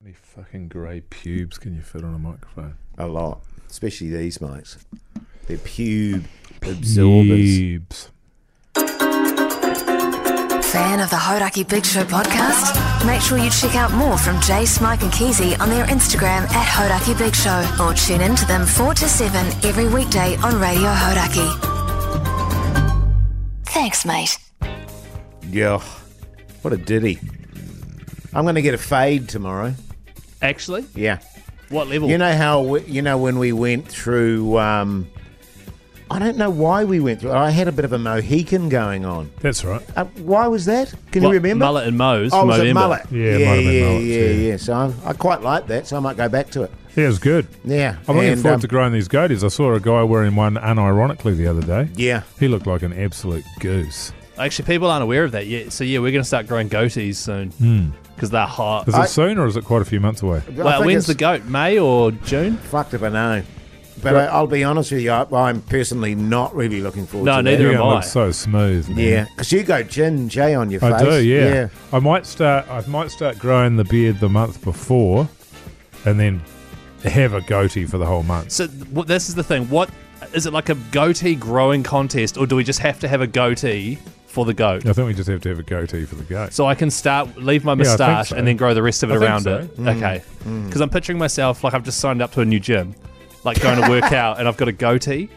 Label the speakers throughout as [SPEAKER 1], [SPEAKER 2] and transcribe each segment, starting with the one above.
[SPEAKER 1] How many fucking grey pubes can you fit on a microphone?
[SPEAKER 2] A lot, especially these mics. They're pube absorbers.
[SPEAKER 1] Pubes.
[SPEAKER 3] Fan of the Hodaki Big Show podcast? Make sure you check out more from Jay, Smike, and Keezy on their Instagram at Hodaki Big Show or tune in to them 4 to 7 every weekday on Radio Hodaki. Thanks, mate.
[SPEAKER 2] Yeah, what a ditty. I'm going to get a fade tomorrow.
[SPEAKER 4] Actually,
[SPEAKER 2] Yeah,
[SPEAKER 4] what level?
[SPEAKER 2] you know how we, you know when we went through. Um, I don't know why we went through. I had a bit of a Mohican going on.
[SPEAKER 1] That's right.
[SPEAKER 2] Uh, why was that? Can
[SPEAKER 4] What,
[SPEAKER 2] you remember?
[SPEAKER 4] Mullet and Moe's.
[SPEAKER 2] Oh, it was a
[SPEAKER 4] Movember.
[SPEAKER 2] mullet.
[SPEAKER 1] Yeah, it
[SPEAKER 2] yeah,
[SPEAKER 1] might have been
[SPEAKER 2] yeah,
[SPEAKER 1] mullets,
[SPEAKER 2] yeah,
[SPEAKER 1] yeah.
[SPEAKER 2] yeah. So I, I quite like that. So I might go back to it.
[SPEAKER 1] Yeah, it's good.
[SPEAKER 2] Yeah,
[SPEAKER 1] I'm looking
[SPEAKER 2] and,
[SPEAKER 1] forward
[SPEAKER 2] um,
[SPEAKER 1] to growing these goatees. I saw a guy wearing one unironically the other day.
[SPEAKER 2] Yeah,
[SPEAKER 1] He looked like an absolute goose.
[SPEAKER 4] Actually, people aren't aware of that yet. So yeah, we're going to start growing goatees soon
[SPEAKER 1] Hmm.
[SPEAKER 4] because they're hot.
[SPEAKER 1] Is
[SPEAKER 2] I-
[SPEAKER 1] it soon or is it quite a few months away?
[SPEAKER 2] I
[SPEAKER 4] Well,
[SPEAKER 2] think
[SPEAKER 4] when's the
[SPEAKER 2] it's-
[SPEAKER 4] goat? May or June?
[SPEAKER 2] Fucked if I know. But I, I'll be honest with you, I, I'm personally not really looking forward
[SPEAKER 4] No,
[SPEAKER 2] to
[SPEAKER 4] neither
[SPEAKER 1] You're
[SPEAKER 4] am
[SPEAKER 2] that.
[SPEAKER 1] gonna
[SPEAKER 4] I.
[SPEAKER 1] look so smooth. man.
[SPEAKER 2] Yeah, because you go gin Jay on your face.
[SPEAKER 1] I do. Yeah. I might start. I might start growing the beard the month before, and then have a goatee for the whole month.
[SPEAKER 4] So wh- this is the thing. What is it like a goatee growing contest, or do we just have to have a goatee for the goat?
[SPEAKER 1] I think we just have to have a goatee for the goat.
[SPEAKER 4] So I can start leave my
[SPEAKER 1] think
[SPEAKER 4] moustache
[SPEAKER 1] so.
[SPEAKER 4] and then grow the rest of it
[SPEAKER 1] I think
[SPEAKER 4] around
[SPEAKER 1] so.
[SPEAKER 4] it.
[SPEAKER 2] Mm.
[SPEAKER 4] Okay, because I'm picturing myself like I've just signed up to a new gym, like going to work out, and I've got a goatee.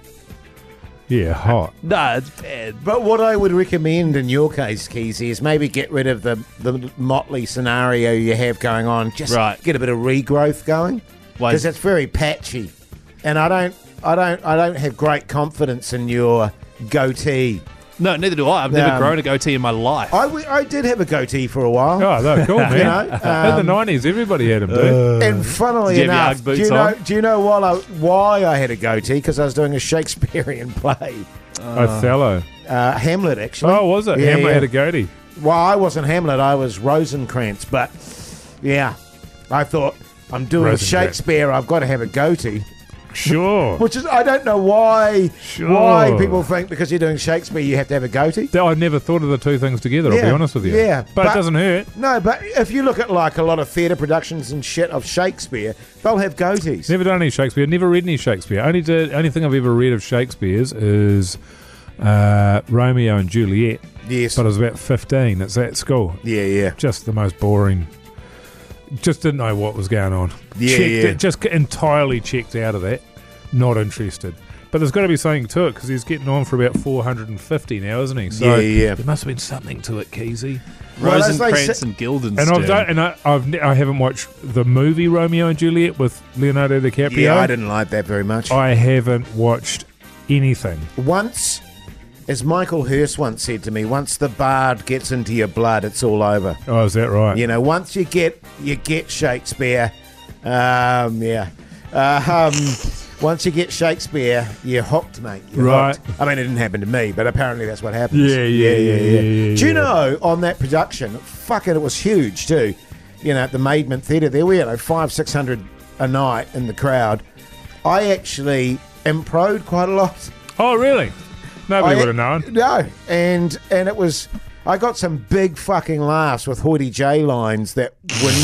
[SPEAKER 1] Yeah, hot.
[SPEAKER 4] Nah, it's bad.
[SPEAKER 2] But what I would recommend in your case, Keezy, is maybe get rid of the, the motley scenario you have going on. Just
[SPEAKER 4] Right.
[SPEAKER 2] get a bit of regrowth going
[SPEAKER 4] Why-
[SPEAKER 2] because it's very patchy, and I don't, I don't, I don't have great confidence in your goatee.
[SPEAKER 4] No, neither do I. I've never
[SPEAKER 2] Um,
[SPEAKER 4] grown a goatee in my life.
[SPEAKER 2] I, w- I did have a goatee for a while.
[SPEAKER 1] Oh, they're cool, man.
[SPEAKER 2] know, um,
[SPEAKER 1] In the nineties, everybody had them, dude.
[SPEAKER 2] And funnily
[SPEAKER 4] Did you have your
[SPEAKER 2] enough,
[SPEAKER 4] Ugg
[SPEAKER 2] do
[SPEAKER 4] boots
[SPEAKER 2] you know?
[SPEAKER 4] on?
[SPEAKER 2] Do you know why I, why I had a goatee? Because I was doing a Shakespearean play,
[SPEAKER 1] Othello.
[SPEAKER 2] uh, Hamlet. Actually,
[SPEAKER 1] Oh, was it?
[SPEAKER 2] Yeah,
[SPEAKER 1] Hamlet
[SPEAKER 2] yeah.
[SPEAKER 1] had a goatee.
[SPEAKER 2] Well, I wasn't Hamlet. I was Rosencrantz. But yeah, I thought I'm doing
[SPEAKER 1] Rosencrantz.
[SPEAKER 2] Shakespeare. I've got to have a goatee.
[SPEAKER 1] Sure.
[SPEAKER 2] Which is I don't know why
[SPEAKER 1] Sure.
[SPEAKER 2] why people think because you're doing Shakespeare you have to have a goatee.
[SPEAKER 1] Though I never thought of the two things together. I'll be
[SPEAKER 2] Yeah,
[SPEAKER 1] honest with you.
[SPEAKER 2] yeah,
[SPEAKER 1] but,
[SPEAKER 2] but-
[SPEAKER 1] it doesn't hurt.
[SPEAKER 2] No, but if you look at like a lot of theatre productions and shit of Shakespeare, they'll have goatees.
[SPEAKER 1] Never done any Shakespeare. Never read any Shakespeare. Only did only thing I've ever read of Shakespeare's is uh, Romeo and Juliet.
[SPEAKER 2] Yes.
[SPEAKER 1] But I was about fifteen. It's at school.
[SPEAKER 2] yeah, yeah.
[SPEAKER 1] Just the most boring. Just didn't know what was going on.
[SPEAKER 2] Yeah,
[SPEAKER 1] checked
[SPEAKER 2] yeah.
[SPEAKER 1] It, just entirely checked out of that. Not interested. But there's got to be something to it because he's getting on for about 450 now, isn't he? So
[SPEAKER 2] Yeah, yeah.
[SPEAKER 1] There must have been something to it, Keezy.
[SPEAKER 2] Well, as they
[SPEAKER 4] Rosencrantz
[SPEAKER 2] sa-
[SPEAKER 4] and Guildenstern.
[SPEAKER 1] And I've done, and I, I've ne- I haven't watched the movie Romeo and Juliet with Leonardo DiCaprio.
[SPEAKER 2] Yeah, I didn't like that very much.
[SPEAKER 1] I haven't watched anything.
[SPEAKER 2] Once, as Michael Hurst once said to me, once the bard gets into your blood, it's all over.
[SPEAKER 1] Oh, is that right?
[SPEAKER 2] You know, once you get you get Shakespeare, um, yeah. Uh, um, once you get Shakespeare, you're hooked, mate. You're
[SPEAKER 1] Right.
[SPEAKER 2] hooked. I mean, it didn't happen to me, but apparently that's what happens.
[SPEAKER 1] Yeah, yeah, yeah, yeah, yeah,
[SPEAKER 2] Do you
[SPEAKER 1] yeah.
[SPEAKER 2] know on that production, fucking, it was huge too. You know, at the Maidment Theatre, there were you know, five, six hundred a night in the crowd. I actually improed quite a lot.
[SPEAKER 1] Oh, really? Nobody
[SPEAKER 2] I-
[SPEAKER 1] would have known.
[SPEAKER 2] No, and and it was. I got some big fucking laughs with Hoity J lines that were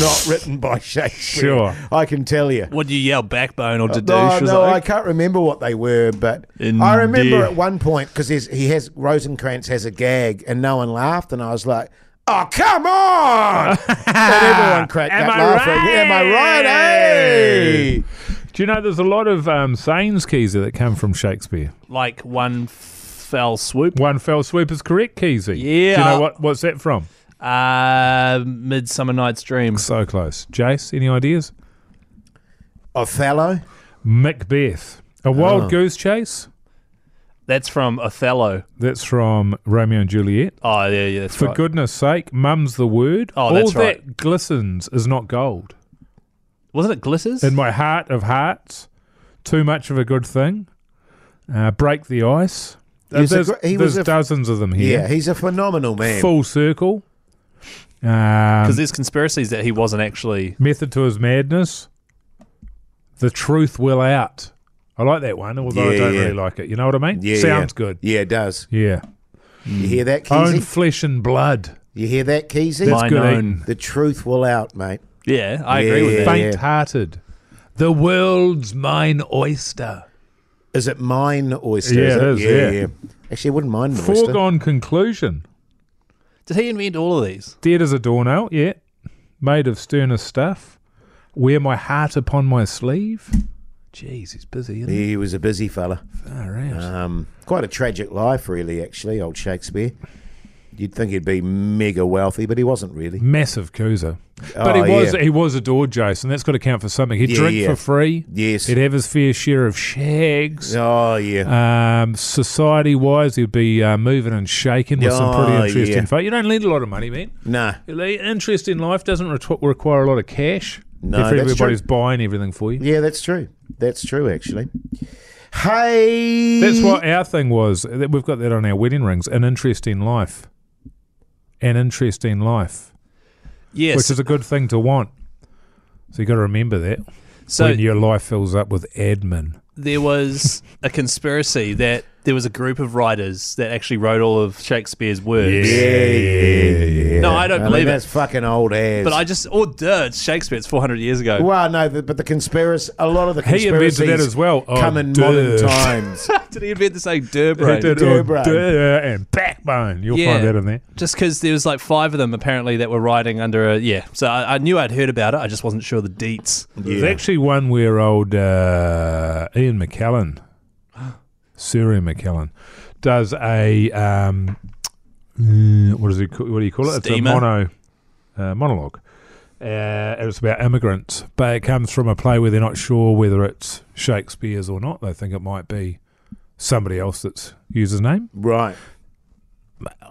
[SPEAKER 2] not written by Shakespeare.
[SPEAKER 1] Sure.
[SPEAKER 2] I can tell you.
[SPEAKER 4] What do you yell, backbone or
[SPEAKER 2] Uh, No,
[SPEAKER 4] dadoosh? or
[SPEAKER 2] no, I
[SPEAKER 4] something?
[SPEAKER 2] can't remember what they were, but
[SPEAKER 4] In
[SPEAKER 2] I remember
[SPEAKER 4] the-
[SPEAKER 2] at one point because he has Rosencrantz has a gag and no one laughed, and I was like, "Oh, come on!" and everyone cracked
[SPEAKER 1] Am
[SPEAKER 2] up
[SPEAKER 1] I
[SPEAKER 2] laughing. Am I right? Hey!
[SPEAKER 1] Do you know there's a lot of um, sayings, Keezy, that come from Shakespeare?
[SPEAKER 4] like one fell swoop.
[SPEAKER 1] One fell swoop is correct, Keezy. Do you
[SPEAKER 4] Yeah.
[SPEAKER 1] know what, what's that from?
[SPEAKER 4] Uh, Midsummer Night's Dream.
[SPEAKER 1] So close. Jace, any ideas?
[SPEAKER 2] Othello.
[SPEAKER 1] Macbeth. A
[SPEAKER 4] Oh.
[SPEAKER 1] wild goose chase?
[SPEAKER 4] That's from Othello.
[SPEAKER 1] That's from Romeo and Juliet.
[SPEAKER 4] Oh yeah, yeah, that's
[SPEAKER 1] For
[SPEAKER 4] right.
[SPEAKER 1] goodness sake, mum's the word.
[SPEAKER 4] Oh,
[SPEAKER 1] All
[SPEAKER 4] that's
[SPEAKER 1] that
[SPEAKER 4] right.
[SPEAKER 1] glistens is not gold.
[SPEAKER 4] Wasn't it glitters?
[SPEAKER 1] In my heart of hearts, too much of a good thing. Uh, break the ice.
[SPEAKER 2] He was a
[SPEAKER 1] there's
[SPEAKER 2] gr- he was
[SPEAKER 1] there's
[SPEAKER 2] a f-
[SPEAKER 1] dozens of them
[SPEAKER 2] Yeah,
[SPEAKER 1] here.
[SPEAKER 2] he's a phenomenal man.
[SPEAKER 1] Full circle. Um,
[SPEAKER 4] Because there's conspiracies that he wasn't actually.
[SPEAKER 1] method to his madness. The truth will out. I like that one, although I
[SPEAKER 2] Yeah,
[SPEAKER 1] don't
[SPEAKER 2] yeah.
[SPEAKER 1] really like it. You know what I mean?
[SPEAKER 2] Yeah,
[SPEAKER 1] Sounds
[SPEAKER 2] yeah.
[SPEAKER 1] good.
[SPEAKER 2] Yeah, it does.
[SPEAKER 1] Yeah.
[SPEAKER 2] You hear that,
[SPEAKER 1] Own
[SPEAKER 2] Keezy?
[SPEAKER 1] flesh and blood.
[SPEAKER 2] You hear that, Keezy?
[SPEAKER 1] That's
[SPEAKER 4] Mine
[SPEAKER 1] good. eh?
[SPEAKER 4] own.
[SPEAKER 1] eating.
[SPEAKER 2] The truth will out, mate.
[SPEAKER 4] Yeah, I agree with that.
[SPEAKER 2] Yeah.
[SPEAKER 1] Faint hearted. The world's mine oyster.
[SPEAKER 2] Is it mine oyster?
[SPEAKER 1] Yeah, it
[SPEAKER 2] is
[SPEAKER 1] is, yeah.
[SPEAKER 2] Actually, I wouldn't mind an oyster.
[SPEAKER 1] Foregone conclusion.
[SPEAKER 4] Did he invent all of these?
[SPEAKER 1] Dead as a doornail, yeah. Made of sterner stuff. Wear my heart upon my sleeve. Jeez, he's busy, isn't
[SPEAKER 2] He was a busy fella.
[SPEAKER 1] he? Far out.
[SPEAKER 2] Um, quite a tragic life, really. Actually, old Shakespeare. You'd think he'd be mega wealthy, but he wasn't really.
[SPEAKER 1] Massive coozer. But he
[SPEAKER 2] Oh,
[SPEAKER 1] was
[SPEAKER 2] yeah.
[SPEAKER 1] he was adored, Jason. That's got to count for something. He'd
[SPEAKER 2] Yeah,
[SPEAKER 1] drink
[SPEAKER 2] yeah.
[SPEAKER 1] for free.
[SPEAKER 2] Yes.
[SPEAKER 1] He'd have his fair share of shags.
[SPEAKER 2] Oh
[SPEAKER 4] Uh,
[SPEAKER 2] yeah.
[SPEAKER 1] Um, society wise, he'd be uh, moving and shaking with some
[SPEAKER 2] Oh,
[SPEAKER 1] pretty interesting
[SPEAKER 2] yeah.
[SPEAKER 1] folk. You don't need a lot of money, man.
[SPEAKER 2] nah.
[SPEAKER 1] The interest in life doesn't retw- require a lot of cash.
[SPEAKER 2] No,
[SPEAKER 1] if
[SPEAKER 2] that's
[SPEAKER 1] everybody's buying everything for you.
[SPEAKER 2] Yeah, that's true. That's true. Actually. Hey.
[SPEAKER 1] That's what our thing was. That We've got that on our wedding rings. An interest in life. An interest in life,
[SPEAKER 4] Yes.
[SPEAKER 1] which is a good thing to want. So you got to remember that
[SPEAKER 4] so
[SPEAKER 1] when your life fills up with admin.
[SPEAKER 4] there was a conspiracy that there was a group of writers that actually wrote all of Shakespeare's works.
[SPEAKER 2] Yeah, yeah, yeah.
[SPEAKER 4] No, I don't
[SPEAKER 2] mean,
[SPEAKER 4] believe it.
[SPEAKER 2] That's fucking old ass.
[SPEAKER 4] But I just, oh, duh, it's Shakespeare. It's 400 years ago.
[SPEAKER 2] Well, no, but but the conspiracy. A lot of the
[SPEAKER 1] He
[SPEAKER 2] conspiracies
[SPEAKER 1] invented that as well. Oh,
[SPEAKER 2] come in
[SPEAKER 1] duh.
[SPEAKER 2] modern times.
[SPEAKER 4] did he invent the saying "Durbrain"?
[SPEAKER 1] He did all
[SPEAKER 2] Durbrand.
[SPEAKER 1] duh and backbone. You'll
[SPEAKER 4] Yeah.
[SPEAKER 1] find that in there.
[SPEAKER 4] Just because there was like five of them apparently that were riding under a yeah. So I, I knew I'd heard about it. I just wasn't sure the deets.
[SPEAKER 1] There's actually one where old uh, Ian McKellen, Sir Ian McKellen, does a um, mm, what is it? ca- What do you call it?
[SPEAKER 4] Steamer?
[SPEAKER 1] It's a mono uh, monologue. Uh, and it's about immigrants, but it comes from a play where they're not sure whether it's Shakespeare's or not. They think it might be somebody else that's used his name.
[SPEAKER 2] right.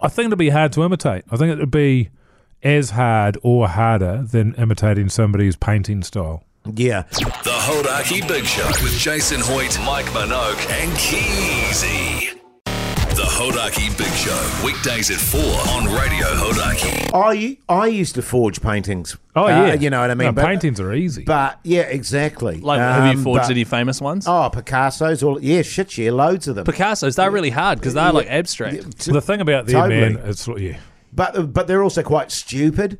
[SPEAKER 1] I think it'd be hard to imitate. I think it would be as hard or harder than imitating somebody's painting style.
[SPEAKER 2] Yeah.
[SPEAKER 5] The Hodaki Big Show with Jason Hoyt, Mike Minogue, and Keezy. The Hodaki Big Show, weekdays at 4 on Radio Hodaki.
[SPEAKER 2] I I used to forge paintings.
[SPEAKER 1] Oh
[SPEAKER 2] Uh,
[SPEAKER 1] yeah,
[SPEAKER 2] you know what I mean.
[SPEAKER 1] No,
[SPEAKER 2] but,
[SPEAKER 1] paintings are easy.
[SPEAKER 2] but yeah, exactly.
[SPEAKER 4] Like, have you
[SPEAKER 2] Um,
[SPEAKER 4] forged
[SPEAKER 2] but-
[SPEAKER 4] any famous ones?
[SPEAKER 2] Oh, Picasso's all yeah, shit, yeah, loads of them.
[SPEAKER 4] Picasso's. They're really hard because they're like abstract.
[SPEAKER 1] the thing about them,
[SPEAKER 2] Totally.
[SPEAKER 1] man, it's like- yeah.
[SPEAKER 2] but but they're also quite stupid,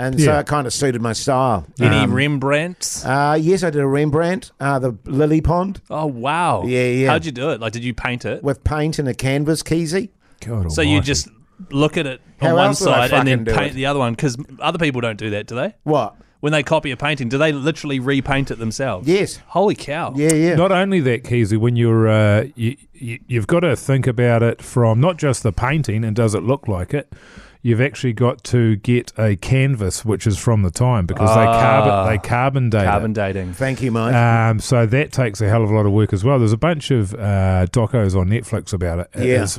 [SPEAKER 2] and so
[SPEAKER 1] Yeah.
[SPEAKER 2] it kind of suited my style.
[SPEAKER 4] Any
[SPEAKER 2] Um,
[SPEAKER 4] Rembrandts?
[SPEAKER 2] uh, yes, I did a Rembrandt, uh, the lily pond
[SPEAKER 4] oh wow.
[SPEAKER 2] yeah, yeah.
[SPEAKER 4] How'd you do it? Like, did you paint it?
[SPEAKER 2] with paint and a canvas, Keezy.
[SPEAKER 1] God
[SPEAKER 4] so you
[SPEAKER 1] almighty.
[SPEAKER 4] just look at it on
[SPEAKER 2] How
[SPEAKER 4] one
[SPEAKER 2] else would I
[SPEAKER 4] side and then
[SPEAKER 2] fucking do
[SPEAKER 4] paint
[SPEAKER 2] it?
[SPEAKER 4] the other one because other people don't do that, do they?
[SPEAKER 2] What?
[SPEAKER 4] When they copy a painting, do they literally repaint it themselves?
[SPEAKER 2] Yes.
[SPEAKER 4] Holy cow.
[SPEAKER 2] Yeah, yeah.
[SPEAKER 1] Not only that, Keezy, when you're uh, you, you, you've got to think about it from not just the painting and does it look like it. You've actually got to get a canvas which is from the time because they carbon they carbon date. it.
[SPEAKER 4] Ah. Carbon dating.
[SPEAKER 2] Thank you, Mike.
[SPEAKER 1] Um, so that takes a hell of a lot of work as well. There's a bunch of uh, docos on Netflix about it.
[SPEAKER 2] Yeah.
[SPEAKER 1] It's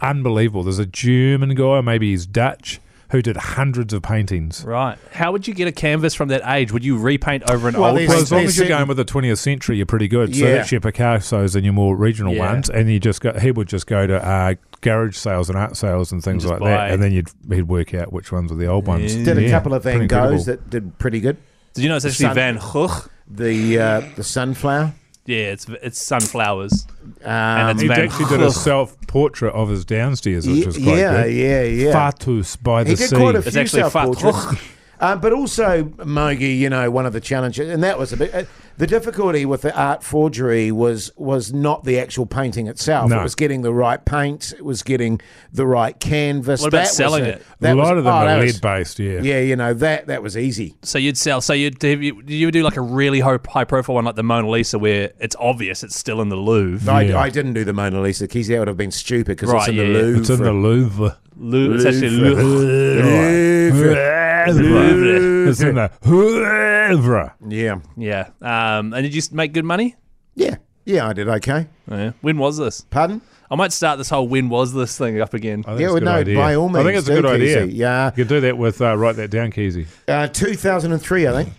[SPEAKER 1] unbelievable. There's a German guy, maybe he's Dutch, who did hundreds of paintings.
[SPEAKER 4] Right. How would you get a canvas from that age? Would you repaint over an
[SPEAKER 2] Well,
[SPEAKER 4] old
[SPEAKER 2] there's-
[SPEAKER 1] Well,
[SPEAKER 4] one?
[SPEAKER 1] as long
[SPEAKER 2] They're
[SPEAKER 1] as you're
[SPEAKER 2] certain-
[SPEAKER 1] going with the 20th century, you're pretty good. So
[SPEAKER 2] Yeah.
[SPEAKER 1] that's your Picasso's and your more regional
[SPEAKER 4] Yeah.
[SPEAKER 1] ones. And you just go, he would just go to uh, garage sales and art sales and things
[SPEAKER 4] just
[SPEAKER 1] like
[SPEAKER 4] buy.
[SPEAKER 1] that. And then you'd he'd work out which ones are the old ones.
[SPEAKER 4] Yeah.
[SPEAKER 2] did a
[SPEAKER 1] Yeah,
[SPEAKER 2] couple of Van
[SPEAKER 1] pretty
[SPEAKER 2] Goghs
[SPEAKER 1] incredible.
[SPEAKER 2] that did pretty good.
[SPEAKER 4] Did you know it's actually
[SPEAKER 2] Sun-
[SPEAKER 4] Van Gogh?
[SPEAKER 2] The uh, the sunflower.
[SPEAKER 4] Yeah, it's it's sunflowers.
[SPEAKER 2] Um,
[SPEAKER 4] it's
[SPEAKER 1] He
[SPEAKER 4] Van
[SPEAKER 1] actually did a
[SPEAKER 4] Gogh.
[SPEAKER 1] self portrait of his downstairs, which was quite
[SPEAKER 2] yeah,
[SPEAKER 1] good.
[SPEAKER 2] yeah, yeah.
[SPEAKER 1] Fatus by the
[SPEAKER 2] He did
[SPEAKER 1] sea.
[SPEAKER 2] quite a few
[SPEAKER 4] It's actually
[SPEAKER 2] self
[SPEAKER 4] Fatouch.
[SPEAKER 2] portraits. Um, but also Mogi, you know, one of the challenges, and that was a bit. Uh, the difficulty with the art forgery was was not the actual painting itself.
[SPEAKER 1] No.
[SPEAKER 2] It was getting the right paints. It was getting the right canvas.
[SPEAKER 4] What about
[SPEAKER 2] That was
[SPEAKER 4] selling
[SPEAKER 2] a-
[SPEAKER 4] it?
[SPEAKER 2] that
[SPEAKER 1] a lot
[SPEAKER 2] was-
[SPEAKER 1] of them
[SPEAKER 2] oh,
[SPEAKER 1] are
[SPEAKER 2] that
[SPEAKER 1] lead
[SPEAKER 2] was-
[SPEAKER 1] based, yeah.
[SPEAKER 2] Yeah, you know that that was easy.
[SPEAKER 4] So you'd sell. So you'd do you, do you do like a really ho- high profile one like the Mona Lisa where it's obvious it's still in the Louvre.
[SPEAKER 2] I,
[SPEAKER 1] Yeah.
[SPEAKER 2] I didn't do the Mona Lisa. Keys, that would have been stupid because
[SPEAKER 4] Right,
[SPEAKER 2] it's in
[SPEAKER 4] yeah,
[SPEAKER 2] the
[SPEAKER 4] yeah.
[SPEAKER 2] Louvre.
[SPEAKER 1] It's in the Louvre.
[SPEAKER 4] Lou- it's actually Louvre.
[SPEAKER 1] Louvre. It's in the Louvre.
[SPEAKER 2] yeah,
[SPEAKER 4] Yeah. Um, and did you s- make good money?
[SPEAKER 2] yeah, yeah. I did okay.
[SPEAKER 4] Yeah. When was this?
[SPEAKER 2] Pardon?
[SPEAKER 4] I might start this whole when was this thing up again.
[SPEAKER 1] I think
[SPEAKER 2] Yeah,
[SPEAKER 1] it's a
[SPEAKER 2] well,
[SPEAKER 1] good
[SPEAKER 2] no,
[SPEAKER 1] idea.
[SPEAKER 2] by all
[SPEAKER 1] I think it's a
[SPEAKER 2] means,
[SPEAKER 1] good
[SPEAKER 2] do,
[SPEAKER 1] idea.
[SPEAKER 2] Keezy. Yeah.
[SPEAKER 1] You could do that with, uh, write that down, Keezy.
[SPEAKER 2] Uh, 2003, I think.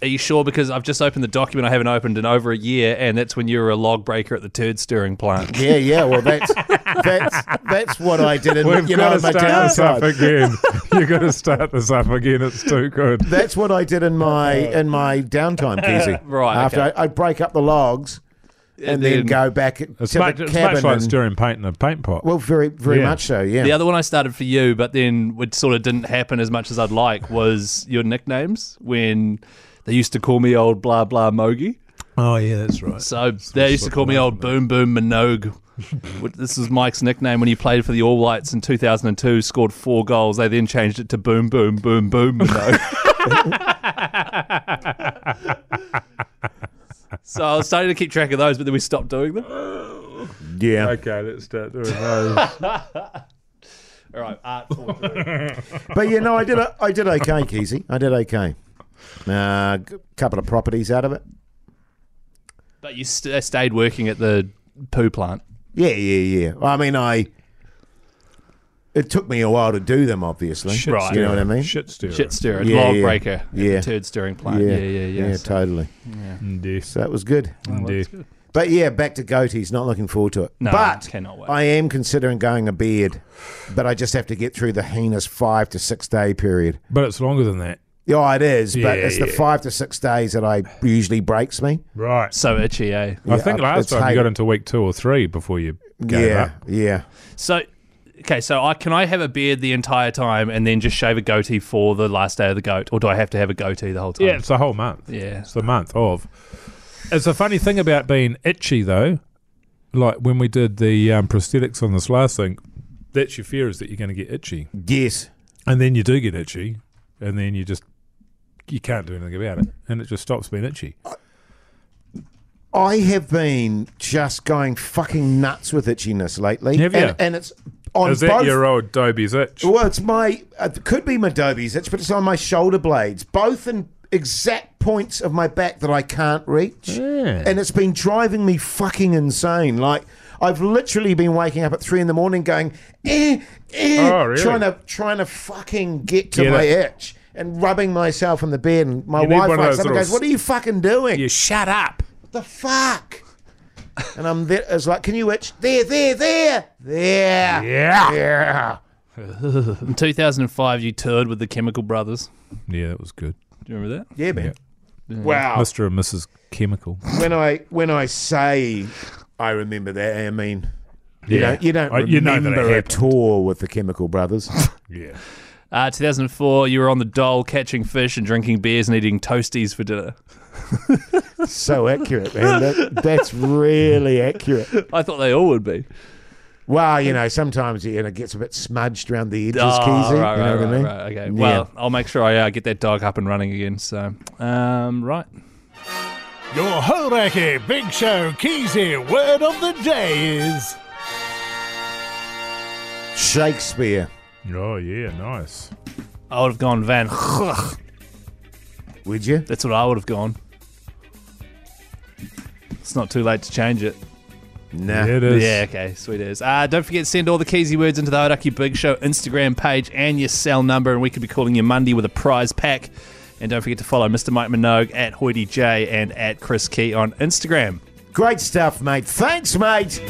[SPEAKER 4] Are you sure? Because I've just opened the document I haven't opened in over a year, and that's when you were a log breaker at the turd stirring plant.
[SPEAKER 2] Yeah, yeah. Well, that's that's that's what I did. In,
[SPEAKER 1] We've
[SPEAKER 2] you know,
[SPEAKER 1] got
[SPEAKER 2] in
[SPEAKER 1] to
[SPEAKER 2] my
[SPEAKER 1] start this up
[SPEAKER 2] downside.
[SPEAKER 1] again. You've got to start this up again. It's too good.
[SPEAKER 2] That's what I did in my in my downtime, Keezy.
[SPEAKER 4] Right,
[SPEAKER 2] After
[SPEAKER 4] okay.
[SPEAKER 2] I, I break up the logs, and then,
[SPEAKER 4] then-
[SPEAKER 2] go back to
[SPEAKER 1] It's,
[SPEAKER 2] the
[SPEAKER 1] much, it's
[SPEAKER 2] cabin.
[SPEAKER 1] much like
[SPEAKER 2] and-
[SPEAKER 1] stirring paint in a paint pot.
[SPEAKER 2] well, very, very
[SPEAKER 1] Yeah.
[SPEAKER 2] much so. Yeah.
[SPEAKER 4] The other one I started for you, but then it sort of didn't happen as much as I'd like was your nicknames when they used to call me old blah blah Mogi.
[SPEAKER 1] oh yeah, that's right.
[SPEAKER 4] So they used to call me old Boom Boom Minogue. which- this was Mike's nickname when he played for the All Whites in 2002, scored four goals. They then changed it to Boom Boom Boom Boom Minogue. so I was starting to keep track of those, but then we stopped doing them. All
[SPEAKER 2] yeah.
[SPEAKER 1] Okay, let's start doing those.
[SPEAKER 4] right, Art. talk.
[SPEAKER 2] but you know, I did, I did okay, Keezy. I did okay. A uh, g- couple of properties out of it.
[SPEAKER 4] but you st- stayed working at the poo plant.
[SPEAKER 2] Yeah, yeah, yeah. I mean, I. It took me a while to do them, obviously.
[SPEAKER 1] Shit
[SPEAKER 4] Right.
[SPEAKER 2] You know what I mean?
[SPEAKER 1] Shit stirrer.
[SPEAKER 4] Shit stirrer,
[SPEAKER 2] Yeah,
[SPEAKER 4] log
[SPEAKER 2] yeah.
[SPEAKER 4] breaker,
[SPEAKER 2] Yeah.
[SPEAKER 4] yeah. turd stirring plant. Yeah, yeah, yeah.
[SPEAKER 2] Yeah,
[SPEAKER 4] So-
[SPEAKER 2] totally.
[SPEAKER 1] Indeed.
[SPEAKER 2] So that was good.
[SPEAKER 1] Indeed.
[SPEAKER 2] But yeah, back to goatees. Not looking forward to it.
[SPEAKER 4] No,
[SPEAKER 2] but
[SPEAKER 4] cannot wait.
[SPEAKER 2] I am considering going a beard, but I just have to get through the heinous five to six day period.
[SPEAKER 1] But it's longer than that.
[SPEAKER 2] Yeah, it is, but
[SPEAKER 1] Yeah,
[SPEAKER 2] it's the
[SPEAKER 1] yeah.
[SPEAKER 2] five to six days that I usually breaks me.
[SPEAKER 1] Right.
[SPEAKER 4] so itchy, eh?
[SPEAKER 1] I think
[SPEAKER 2] I-
[SPEAKER 1] last
[SPEAKER 2] it's
[SPEAKER 1] time you
[SPEAKER 2] hated.
[SPEAKER 1] got into week two or three before you gave
[SPEAKER 2] yeah,
[SPEAKER 1] up.
[SPEAKER 2] yeah.
[SPEAKER 4] So, okay, so I can I have a beard the entire time and then just shave a goatee for the last day of the goat, or do I have to have a goatee the whole time?
[SPEAKER 1] Yeah, it's the whole month.
[SPEAKER 4] Yeah.
[SPEAKER 1] It's the month of. It's a funny thing about being itchy, though. Like when we did the um, prosthetics on this last thing, that's your fear is that you're going to get itchy.
[SPEAKER 2] Yes.
[SPEAKER 1] And then you do get itchy, and then you just. You can't do anything about it, and it just stops being itchy.
[SPEAKER 2] I have been just going fucking nuts with itchiness lately.
[SPEAKER 1] Have you?
[SPEAKER 2] And, and it's on
[SPEAKER 1] Is that
[SPEAKER 2] both
[SPEAKER 1] your old Dobie's itch?
[SPEAKER 2] Well, it's my it could be my Dobie's itch, but it's on my shoulder blades, both in exact points of my back that I can't reach,
[SPEAKER 1] Yeah.
[SPEAKER 2] and it's been driving me fucking insane. Like I've literally been waking up at three in the morning, going, eh, eh,
[SPEAKER 1] Oh, really?
[SPEAKER 2] trying to trying to fucking get to
[SPEAKER 1] Get
[SPEAKER 2] my
[SPEAKER 1] it.
[SPEAKER 2] itch. And rubbing myself in the bed, and my
[SPEAKER 1] You need
[SPEAKER 2] wife
[SPEAKER 1] one of
[SPEAKER 2] wakes
[SPEAKER 1] those
[SPEAKER 2] up and
[SPEAKER 1] little
[SPEAKER 2] goes, "What are you fucking doing?
[SPEAKER 1] You shut up.
[SPEAKER 2] What the fuck?" and I'm there. It's like, "Can you itch? There, there, there, there."
[SPEAKER 1] Yeah.
[SPEAKER 2] yeah.
[SPEAKER 4] In 2005, you toured with the Chemical Brothers.
[SPEAKER 1] Yeah, that was good.
[SPEAKER 4] Do you remember that?
[SPEAKER 2] Yeah, man. Wow.
[SPEAKER 1] Mr. and Mrs. Chemical.
[SPEAKER 2] When I when I say I remember that, I mean you
[SPEAKER 1] Yeah.
[SPEAKER 2] don't you don't
[SPEAKER 1] I- you know that it
[SPEAKER 2] remember a
[SPEAKER 1] happened.
[SPEAKER 2] tour with the Chemical Brothers.
[SPEAKER 1] Yeah.
[SPEAKER 4] Uh, 2004, you were on the dole catching fish and drinking beers and eating toasties for dinner.
[SPEAKER 2] so accurate, man. That, that's really accurate.
[SPEAKER 4] I thought they all would be.
[SPEAKER 2] Well, you know, sometimes you know, it gets a bit smudged around the edges,
[SPEAKER 4] Ah,
[SPEAKER 2] Keezy.
[SPEAKER 4] right,
[SPEAKER 2] you know
[SPEAKER 4] right,
[SPEAKER 2] what I mean?
[SPEAKER 4] right, right, Okay.
[SPEAKER 2] Yeah.
[SPEAKER 4] Well, I'll make sure I uh, get that dog up and running again. So, um, right.
[SPEAKER 6] Your Hodaki Big Show Keezy word of the day is.
[SPEAKER 2] Shakespeare.
[SPEAKER 1] Oh, yeah, nice.
[SPEAKER 4] I would have gone Van. Gogh.
[SPEAKER 2] Would you?
[SPEAKER 4] That's what I would have gone. It's not too late to change it.
[SPEAKER 2] Nah.
[SPEAKER 1] Yeah, it is.
[SPEAKER 4] Yeah, okay, sweet as. Uh, don't forget to send all the Keezy words into the Hodaki Big Show Instagram page and your cell number, and we could be calling you Monday with a prize pack. And don't forget to follow Mr. Mike Minogue at Hoity J and at Chris Key on Instagram.
[SPEAKER 2] Great stuff, mate. Thanks, mate.